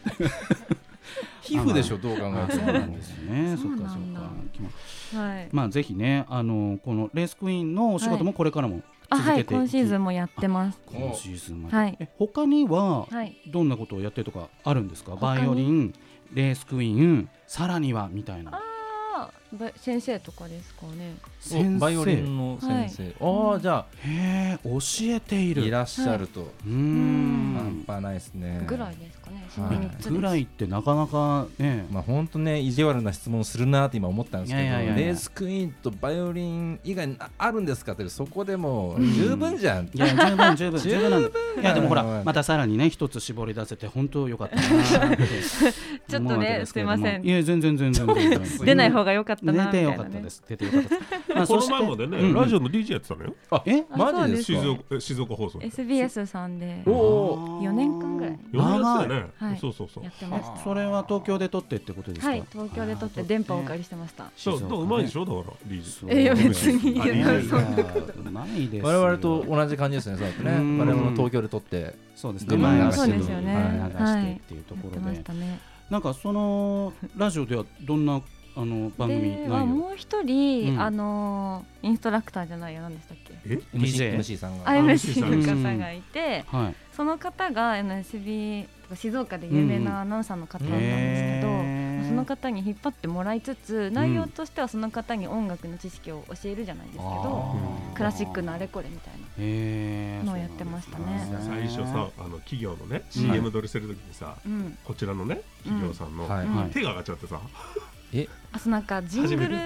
[SPEAKER 1] 皮膚でしょ、どう考えて
[SPEAKER 2] そう
[SPEAKER 1] も。
[SPEAKER 2] なんですねそ
[SPEAKER 3] そう
[SPEAKER 2] っ
[SPEAKER 3] なん
[SPEAKER 2] か
[SPEAKER 3] だ
[SPEAKER 2] そっか
[SPEAKER 3] はい
[SPEAKER 2] まあぜひねあのこのレースクイーンのお仕事もこれからも
[SPEAKER 3] あ
[SPEAKER 2] 続
[SPEAKER 3] は
[SPEAKER 2] け
[SPEAKER 3] い
[SPEAKER 2] ていき
[SPEAKER 3] 今シーズンもやってます
[SPEAKER 2] 今シーズンまで
[SPEAKER 3] はい
[SPEAKER 2] え他には
[SPEAKER 3] はい
[SPEAKER 2] どんなことをやってとかあるんですか
[SPEAKER 3] 他
[SPEAKER 2] バ
[SPEAKER 3] に
[SPEAKER 2] イオリンレースクイーンさらにはみたいな
[SPEAKER 3] あーば先生とかですかね
[SPEAKER 2] 先生
[SPEAKER 1] バイオリンの先生。ああ、じゃ
[SPEAKER 2] へえ教えてい
[SPEAKER 1] あ、
[SPEAKER 2] る
[SPEAKER 1] いらっしゃると。
[SPEAKER 2] うー
[SPEAKER 1] 半
[SPEAKER 2] ん
[SPEAKER 1] 端ないですね。
[SPEAKER 3] ぐらいですかねそ
[SPEAKER 1] は
[SPEAKER 3] の
[SPEAKER 1] い
[SPEAKER 3] 三つです
[SPEAKER 2] ぐらいってなかなかね
[SPEAKER 1] まあ本当ね意地悪な質問するなって今思ったんですけど
[SPEAKER 2] いやいやいやいや
[SPEAKER 1] レースクイーンとバイオリン以外にああるんですかってそこでもう十分じゃん、
[SPEAKER 2] いや十分十分
[SPEAKER 1] 十
[SPEAKER 2] 十
[SPEAKER 1] 分
[SPEAKER 2] 分なんだいやでもほ
[SPEAKER 1] は
[SPEAKER 2] ら
[SPEAKER 1] い
[SPEAKER 2] またさらにね一つ絞り出せて本当良かったなーって
[SPEAKER 3] ちょっ
[SPEAKER 2] 思
[SPEAKER 3] とね
[SPEAKER 2] うわけですけれども
[SPEAKER 3] すいません
[SPEAKER 2] いや全然全然全然
[SPEAKER 3] 出ない方が良かったな
[SPEAKER 2] 出
[SPEAKER 3] みた
[SPEAKER 2] て
[SPEAKER 3] い
[SPEAKER 2] よ
[SPEAKER 3] な、ね、
[SPEAKER 2] かったです出てよかったですま
[SPEAKER 4] こ
[SPEAKER 2] あそ
[SPEAKER 4] の
[SPEAKER 2] して
[SPEAKER 4] 前までね、
[SPEAKER 2] うんうん
[SPEAKER 4] ラジオの DJ やってたのよ
[SPEAKER 1] あ
[SPEAKER 2] え
[SPEAKER 3] あ
[SPEAKER 1] マジです
[SPEAKER 3] そう
[SPEAKER 1] か
[SPEAKER 4] 静岡え静岡放送
[SPEAKER 3] SBS さんで
[SPEAKER 1] おお
[SPEAKER 2] 4
[SPEAKER 3] 4年間ぐらい
[SPEAKER 4] よくやってたよね、
[SPEAKER 3] はい
[SPEAKER 4] そうそうそう
[SPEAKER 3] やってまし
[SPEAKER 2] それは東京で撮ってってことですか
[SPEAKER 3] たはい東京で撮って電波をお借りしてました
[SPEAKER 4] そうだからうまいでしょだからリージ
[SPEAKER 2] そう
[SPEAKER 3] えいや別に
[SPEAKER 2] いやい
[SPEAKER 4] あ
[SPEAKER 2] や
[SPEAKER 4] いい
[SPEAKER 2] い
[SPEAKER 4] ね
[SPEAKER 2] やうまいですよ
[SPEAKER 1] 我々と同じ感じですねそうやってね
[SPEAKER 2] うん
[SPEAKER 1] 我々も東京で撮って
[SPEAKER 2] そうです
[SPEAKER 1] う
[SPEAKER 2] ね
[SPEAKER 1] ん
[SPEAKER 2] 前流
[SPEAKER 1] そう
[SPEAKER 2] して
[SPEAKER 1] ですよね
[SPEAKER 2] 前流
[SPEAKER 3] は
[SPEAKER 2] し
[SPEAKER 3] い
[SPEAKER 2] てっていうと
[SPEAKER 3] やっ
[SPEAKER 2] こ
[SPEAKER 3] て
[SPEAKER 2] ろ
[SPEAKER 3] ま
[SPEAKER 2] で
[SPEAKER 3] したね
[SPEAKER 2] なんかそのラジオではどんなあの番組
[SPEAKER 3] で
[SPEAKER 2] 内
[SPEAKER 3] は
[SPEAKER 2] 容
[SPEAKER 3] もう一人、
[SPEAKER 2] うん
[SPEAKER 3] あのーインストラクターじゃないよ何でしたっけ
[SPEAKER 1] MC,
[SPEAKER 2] DJ
[SPEAKER 1] MC さんが
[SPEAKER 4] さ
[SPEAKER 3] IMC の
[SPEAKER 4] ん
[SPEAKER 3] 方がいて、
[SPEAKER 2] はい
[SPEAKER 3] その方が NSB とか静岡で有名なアナウンサーの方だったんですけど、
[SPEAKER 2] へー
[SPEAKER 3] その方に引っ張ってもらいつつ内容としてはその方に音楽の知識を教えるじゃないですけど、
[SPEAKER 2] あー
[SPEAKER 3] クラシックのあれこれみたいな
[SPEAKER 2] へー
[SPEAKER 3] のをやってましたね
[SPEAKER 2] そうなん
[SPEAKER 4] 最
[SPEAKER 2] です
[SPEAKER 4] 初さあの企業のね CM 撮りするときにさ、
[SPEAKER 3] うん
[SPEAKER 4] こちらのね企業さんの、
[SPEAKER 1] うんはい
[SPEAKER 2] はい
[SPEAKER 4] 手が上がっちゃってさ、
[SPEAKER 3] あそうなんかジングル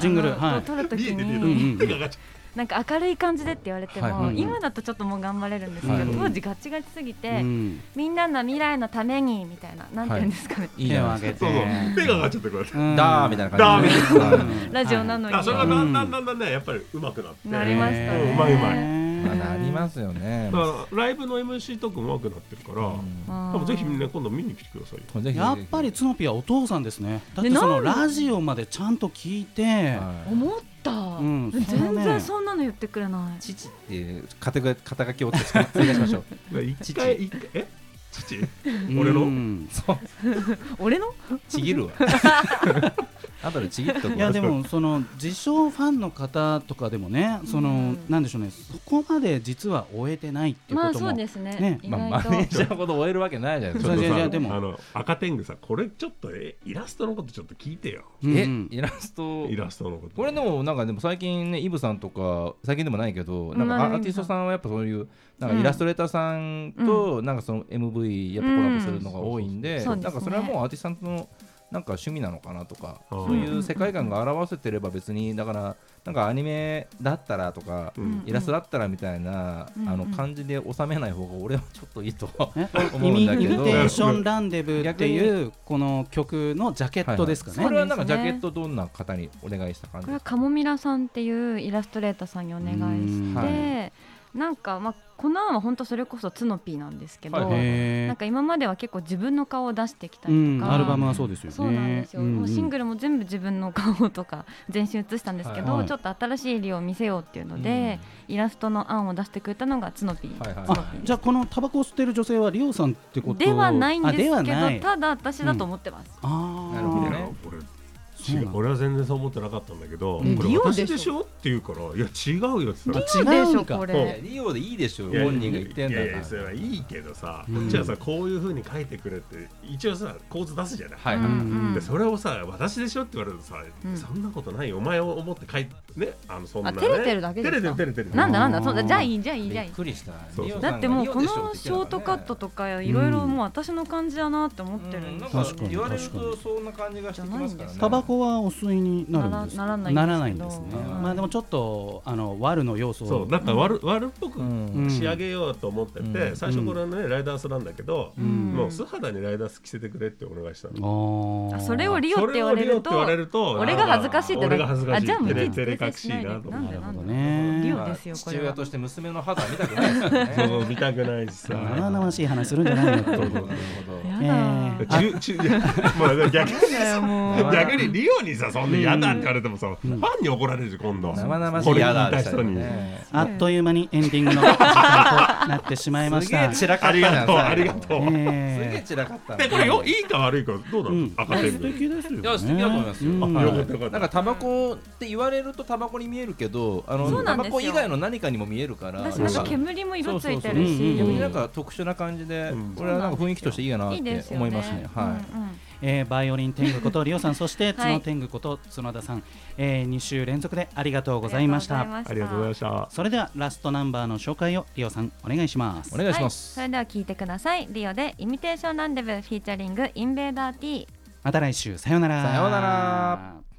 [SPEAKER 2] ジングル
[SPEAKER 3] あの
[SPEAKER 2] はい
[SPEAKER 3] 撮るとき
[SPEAKER 4] 見えて見えて、
[SPEAKER 2] うんうん
[SPEAKER 4] 手が上がっちゃ
[SPEAKER 3] なんか明るい感じでって言われても、
[SPEAKER 1] はい
[SPEAKER 2] はい
[SPEAKER 3] 今だとちょっともう頑張れるんですけど、
[SPEAKER 1] はい
[SPEAKER 3] 当時ガチガチすぎて、
[SPEAKER 2] うん
[SPEAKER 3] みんなの未来のためにみたいななんて言うんですかね、
[SPEAKER 1] いいじゃないです
[SPEAKER 4] って、そうそう手が上がっちゃってこうやって。
[SPEAKER 1] かダーみたいな
[SPEAKER 2] な
[SPEAKER 1] 感じで
[SPEAKER 4] ダーみたいな
[SPEAKER 1] はい
[SPEAKER 3] ラジオなのに、
[SPEAKER 4] あそれが
[SPEAKER 2] うん
[SPEAKER 4] だんだんだんだんねやっぱり上手くなって
[SPEAKER 3] なりましたね、
[SPEAKER 4] うんうまいうまい
[SPEAKER 1] まあなりますよね
[SPEAKER 4] だからライブの MC トークも上手くなってるから、多分ぜひみんな今度見に来てくださいよ
[SPEAKER 1] うんぜひぜひ
[SPEAKER 2] やっぱりツノピはお父さんですね。だってそのラジオまでちゃんと聞いて、
[SPEAKER 1] はい
[SPEAKER 3] 思った、
[SPEAKER 2] んその
[SPEAKER 3] 全
[SPEAKER 2] ね
[SPEAKER 3] 然そんなの言ってくれない
[SPEAKER 1] 父っていう肩書肩書きを追加しましょ [LAUGHS] う
[SPEAKER 4] だから一回一回え父
[SPEAKER 2] うん
[SPEAKER 4] 俺の
[SPEAKER 2] うん
[SPEAKER 1] そう [LAUGHS]
[SPEAKER 3] 俺の
[SPEAKER 1] ちぎるわあとでちぎっとこ
[SPEAKER 2] いや
[SPEAKER 1] う
[SPEAKER 2] でもその自称ファンの方とかでもねその
[SPEAKER 3] うん
[SPEAKER 2] なんでしょうねそこまで実は終えてないっていう
[SPEAKER 3] ま
[SPEAKER 2] こ
[SPEAKER 3] あ
[SPEAKER 2] と
[SPEAKER 3] そ
[SPEAKER 2] も
[SPEAKER 3] うですね
[SPEAKER 2] ね
[SPEAKER 3] 意
[SPEAKER 1] まあマ
[SPEAKER 3] 外と、
[SPEAKER 1] ネージャーほど終えるわけないじゃないです
[SPEAKER 4] ちょ
[SPEAKER 1] か
[SPEAKER 4] っと
[SPEAKER 2] いやい
[SPEAKER 4] さ
[SPEAKER 2] やでも
[SPEAKER 4] あの赤天狗さんこれちょっとえイラストのことちょっと聞いてよ
[SPEAKER 2] うん
[SPEAKER 1] え
[SPEAKER 2] うん
[SPEAKER 1] イラスト
[SPEAKER 4] イラストのこと
[SPEAKER 1] これでもなんかでも最近ねイブさんとか最近でもないけどなんか
[SPEAKER 3] ま
[SPEAKER 1] ア
[SPEAKER 3] あ
[SPEAKER 1] アーティストさんはやっぱそういうなんか
[SPEAKER 3] うん
[SPEAKER 1] イラストレーターさんとなんかその MV やっぱコラボするのが多いん
[SPEAKER 3] う
[SPEAKER 1] で
[SPEAKER 3] ん
[SPEAKER 1] な
[SPEAKER 3] そうんですね
[SPEAKER 1] かそれはもうアーティストさんのなんか趣味なのかなとか
[SPEAKER 4] あー
[SPEAKER 1] そういう世界観が表せてれば別にだからなんかアニメだったらとか
[SPEAKER 4] う
[SPEAKER 3] うん
[SPEAKER 4] ん
[SPEAKER 1] イラストだったらみたいな
[SPEAKER 3] うん
[SPEAKER 1] あの
[SPEAKER 3] うん
[SPEAKER 1] 感じで収めない方が俺はちょっといいと
[SPEAKER 3] [LAUGHS]
[SPEAKER 2] え
[SPEAKER 1] 思
[SPEAKER 2] イ
[SPEAKER 1] うん
[SPEAKER 2] ミ
[SPEAKER 1] だけ
[SPEAKER 2] イミ
[SPEAKER 1] ど
[SPEAKER 2] テーションランデブーっていうこの曲のジャケットですか
[SPEAKER 1] こ
[SPEAKER 2] ね
[SPEAKER 1] れはなんかジャケットどんな方にお願いした感じ
[SPEAKER 3] これはカモミラさんっていうイラストレーターさんにお願いし
[SPEAKER 2] うん
[SPEAKER 3] て、
[SPEAKER 1] は
[SPEAKER 3] なんかまあこの案は本当それこそツノピーなんですけど、
[SPEAKER 1] はいはい
[SPEAKER 2] へ
[SPEAKER 3] なん
[SPEAKER 2] ー
[SPEAKER 3] か今までは結構自分の顔を出してきた
[SPEAKER 2] う
[SPEAKER 3] り
[SPEAKER 2] ん
[SPEAKER 3] とか、
[SPEAKER 2] アルバムはそうですよね
[SPEAKER 3] そうなんですよ、
[SPEAKER 2] ん
[SPEAKER 3] もうシングルも全部自分の顔とか全身写したんですけど、
[SPEAKER 2] はい
[SPEAKER 3] ちょっと新しい絵を見せようっていうので、イラストの案を出してくれたのがツノピー、
[SPEAKER 1] はいはい
[SPEAKER 2] あじゃあこのタバコを吸ってる女性はリオさんってこと
[SPEAKER 3] ではないんですけど
[SPEAKER 2] あではない
[SPEAKER 3] ただ私だと思ってます、
[SPEAKER 2] あー
[SPEAKER 1] なるほどね
[SPEAKER 4] これ
[SPEAKER 2] そうな
[SPEAKER 4] 違
[SPEAKER 2] の
[SPEAKER 4] う俺は全然そう思ってなかったんだけど、
[SPEAKER 2] うん
[SPEAKER 4] これ
[SPEAKER 3] リオでしょ
[SPEAKER 4] 私でしょって言うからいや違うよって言ったら
[SPEAKER 2] あ
[SPEAKER 3] でし
[SPEAKER 2] 違う
[SPEAKER 3] ょ
[SPEAKER 2] んか
[SPEAKER 3] こ
[SPEAKER 1] いや
[SPEAKER 3] れ
[SPEAKER 1] リオでいいでしょ
[SPEAKER 4] いや
[SPEAKER 1] 本人が言ってんだ
[SPEAKER 4] いやい
[SPEAKER 1] から
[SPEAKER 4] やそれはいいけどさ、
[SPEAKER 2] うん
[SPEAKER 4] こっちはさこういうふうに書いてくれって一応さ構図出すじゃない、
[SPEAKER 1] はい
[SPEAKER 3] うん
[SPEAKER 1] はい、
[SPEAKER 3] うん
[SPEAKER 4] でそれをさ私でしょって言われるとさ、
[SPEAKER 3] うん
[SPEAKER 4] そんなことないよお前を思って書いてねあのそんな、ね、
[SPEAKER 3] あ照れてるだけですか
[SPEAKER 4] 照れてる照れてる
[SPEAKER 3] なんだなんだ
[SPEAKER 2] あー
[SPEAKER 3] そうだじゃあいいじゃあいいじ
[SPEAKER 1] び
[SPEAKER 3] ゃあい
[SPEAKER 1] っ
[SPEAKER 3] い
[SPEAKER 1] くりした
[SPEAKER 4] そうそう
[SPEAKER 1] リオさんが
[SPEAKER 3] だってもうこの
[SPEAKER 1] リオでし
[SPEAKER 3] シ
[SPEAKER 1] ょっ
[SPEAKER 3] ョー
[SPEAKER 1] て
[SPEAKER 3] ト
[SPEAKER 1] 言って
[SPEAKER 3] カ
[SPEAKER 1] た
[SPEAKER 3] ット
[SPEAKER 1] か
[SPEAKER 3] とかいろいろもう私の感じだなって思
[SPEAKER 1] ら
[SPEAKER 3] ってるん
[SPEAKER 1] ね
[SPEAKER 3] です
[SPEAKER 1] うん
[SPEAKER 3] よ、
[SPEAKER 2] 確かに
[SPEAKER 1] 言われるとそんな感じがしてきますからね
[SPEAKER 2] タバコはお吸いになるんですか
[SPEAKER 3] ならならないん
[SPEAKER 2] な
[SPEAKER 3] で
[SPEAKER 2] ら
[SPEAKER 3] すけど
[SPEAKER 2] ないんですね、
[SPEAKER 1] うん
[SPEAKER 2] まあでもちょっとあの悪の要素を
[SPEAKER 4] そうなんか悪,、悪っぽく
[SPEAKER 1] うん
[SPEAKER 4] 仕上げようと思ってて、
[SPEAKER 1] うん
[SPEAKER 4] 最初これはねライダースなんだけど、
[SPEAKER 2] うん
[SPEAKER 4] もう素肌にライダース着せてくれってお願いしたの。
[SPEAKER 2] あー
[SPEAKER 3] あそれをリオって言われ
[SPEAKER 4] そをリ
[SPEAKER 3] ると
[SPEAKER 4] オって言われると
[SPEAKER 3] 俺が恥ずかしいって
[SPEAKER 4] 俺が恥ずかしい
[SPEAKER 3] あじゃあもう
[SPEAKER 4] 照れ
[SPEAKER 3] 手
[SPEAKER 4] 照れ隠しいな
[SPEAKER 3] 手
[SPEAKER 4] と思っ
[SPEAKER 3] な
[SPEAKER 4] て
[SPEAKER 3] んだ
[SPEAKER 2] なるほど
[SPEAKER 3] リ
[SPEAKER 2] ね
[SPEAKER 3] オですよこ
[SPEAKER 1] 父
[SPEAKER 3] れは
[SPEAKER 1] 親として娘の肌見たくないですからね
[SPEAKER 4] [LAUGHS] そう見たくないしさ
[SPEAKER 2] 生々しい話するんじゃないよって
[SPEAKER 1] な
[SPEAKER 2] いう
[SPEAKER 1] る [LAUGHS] ほどなるほど
[SPEAKER 3] やだ
[SPEAKER 2] えー
[SPEAKER 3] ー、
[SPEAKER 4] 中中いやまあ逆に
[SPEAKER 3] やも
[SPEAKER 1] う
[SPEAKER 4] 逆にリオにさそんな嫌だって言われてもさ、ファンに怒られるし今度
[SPEAKER 1] 生々し
[SPEAKER 4] こ
[SPEAKER 1] い
[SPEAKER 4] れ
[SPEAKER 1] や
[SPEAKER 4] 言
[SPEAKER 1] だ
[SPEAKER 4] い
[SPEAKER 1] で
[SPEAKER 4] た
[SPEAKER 1] した
[SPEAKER 4] 人
[SPEAKER 1] よ
[SPEAKER 4] に、
[SPEAKER 1] ね
[SPEAKER 2] あっという間にエンディングの時間となってしまいますし
[SPEAKER 1] げえ
[SPEAKER 2] た。
[SPEAKER 1] 散らか
[SPEAKER 4] あ
[SPEAKER 1] った
[SPEAKER 4] り
[SPEAKER 1] じゃ
[SPEAKER 4] が
[SPEAKER 1] ん
[SPEAKER 4] とうあ
[SPEAKER 1] 最
[SPEAKER 4] り
[SPEAKER 1] 後
[SPEAKER 4] がとう、
[SPEAKER 1] すげえ
[SPEAKER 2] え
[SPEAKER 1] 散らかった
[SPEAKER 4] でこれよいいか悪いかどうな
[SPEAKER 2] ー
[SPEAKER 4] の、
[SPEAKER 2] うん、
[SPEAKER 4] 赤点
[SPEAKER 2] 素敵ですよ、ね。
[SPEAKER 1] いや素敵だと思いますよ
[SPEAKER 2] うん
[SPEAKER 4] あよかったよかった
[SPEAKER 1] なんかタバコって言われるとタバコに見えるけどあ
[SPEAKER 3] そ
[SPEAKER 1] の
[SPEAKER 3] うな
[SPEAKER 1] タ
[SPEAKER 3] ん
[SPEAKER 1] バ
[SPEAKER 3] ですよ
[SPEAKER 1] コ以外の何かにも見えるから
[SPEAKER 3] 私
[SPEAKER 1] な
[SPEAKER 3] なん
[SPEAKER 1] ん
[SPEAKER 3] か
[SPEAKER 1] か
[SPEAKER 3] 煙も色ついて
[SPEAKER 1] そう
[SPEAKER 3] る
[SPEAKER 1] そう
[SPEAKER 2] そう
[SPEAKER 3] し
[SPEAKER 2] うん
[SPEAKER 1] 逆になんか特殊な感じで、
[SPEAKER 4] うん
[SPEAKER 1] これはなんか雰囲気としていいかなっ
[SPEAKER 3] いいです
[SPEAKER 1] て
[SPEAKER 3] よ
[SPEAKER 1] 思
[SPEAKER 3] ね
[SPEAKER 1] いますね。は
[SPEAKER 3] うんうん
[SPEAKER 2] えーバイオリン天狗ことリオさん、そして
[SPEAKER 3] はい
[SPEAKER 2] 角天狗こと角田さん、えー、2週連続でありがとうございました。
[SPEAKER 3] あ
[SPEAKER 4] ありがとうございました
[SPEAKER 2] それではラストナンバーの紹介をリオさんお願いします。
[SPEAKER 1] い、お願いします。
[SPEAKER 3] はい、それでは聞いてくださいリオでイミテーションランデブーフィーチャリングインベーダー T
[SPEAKER 2] また来週さようなら。
[SPEAKER 1] さようなら。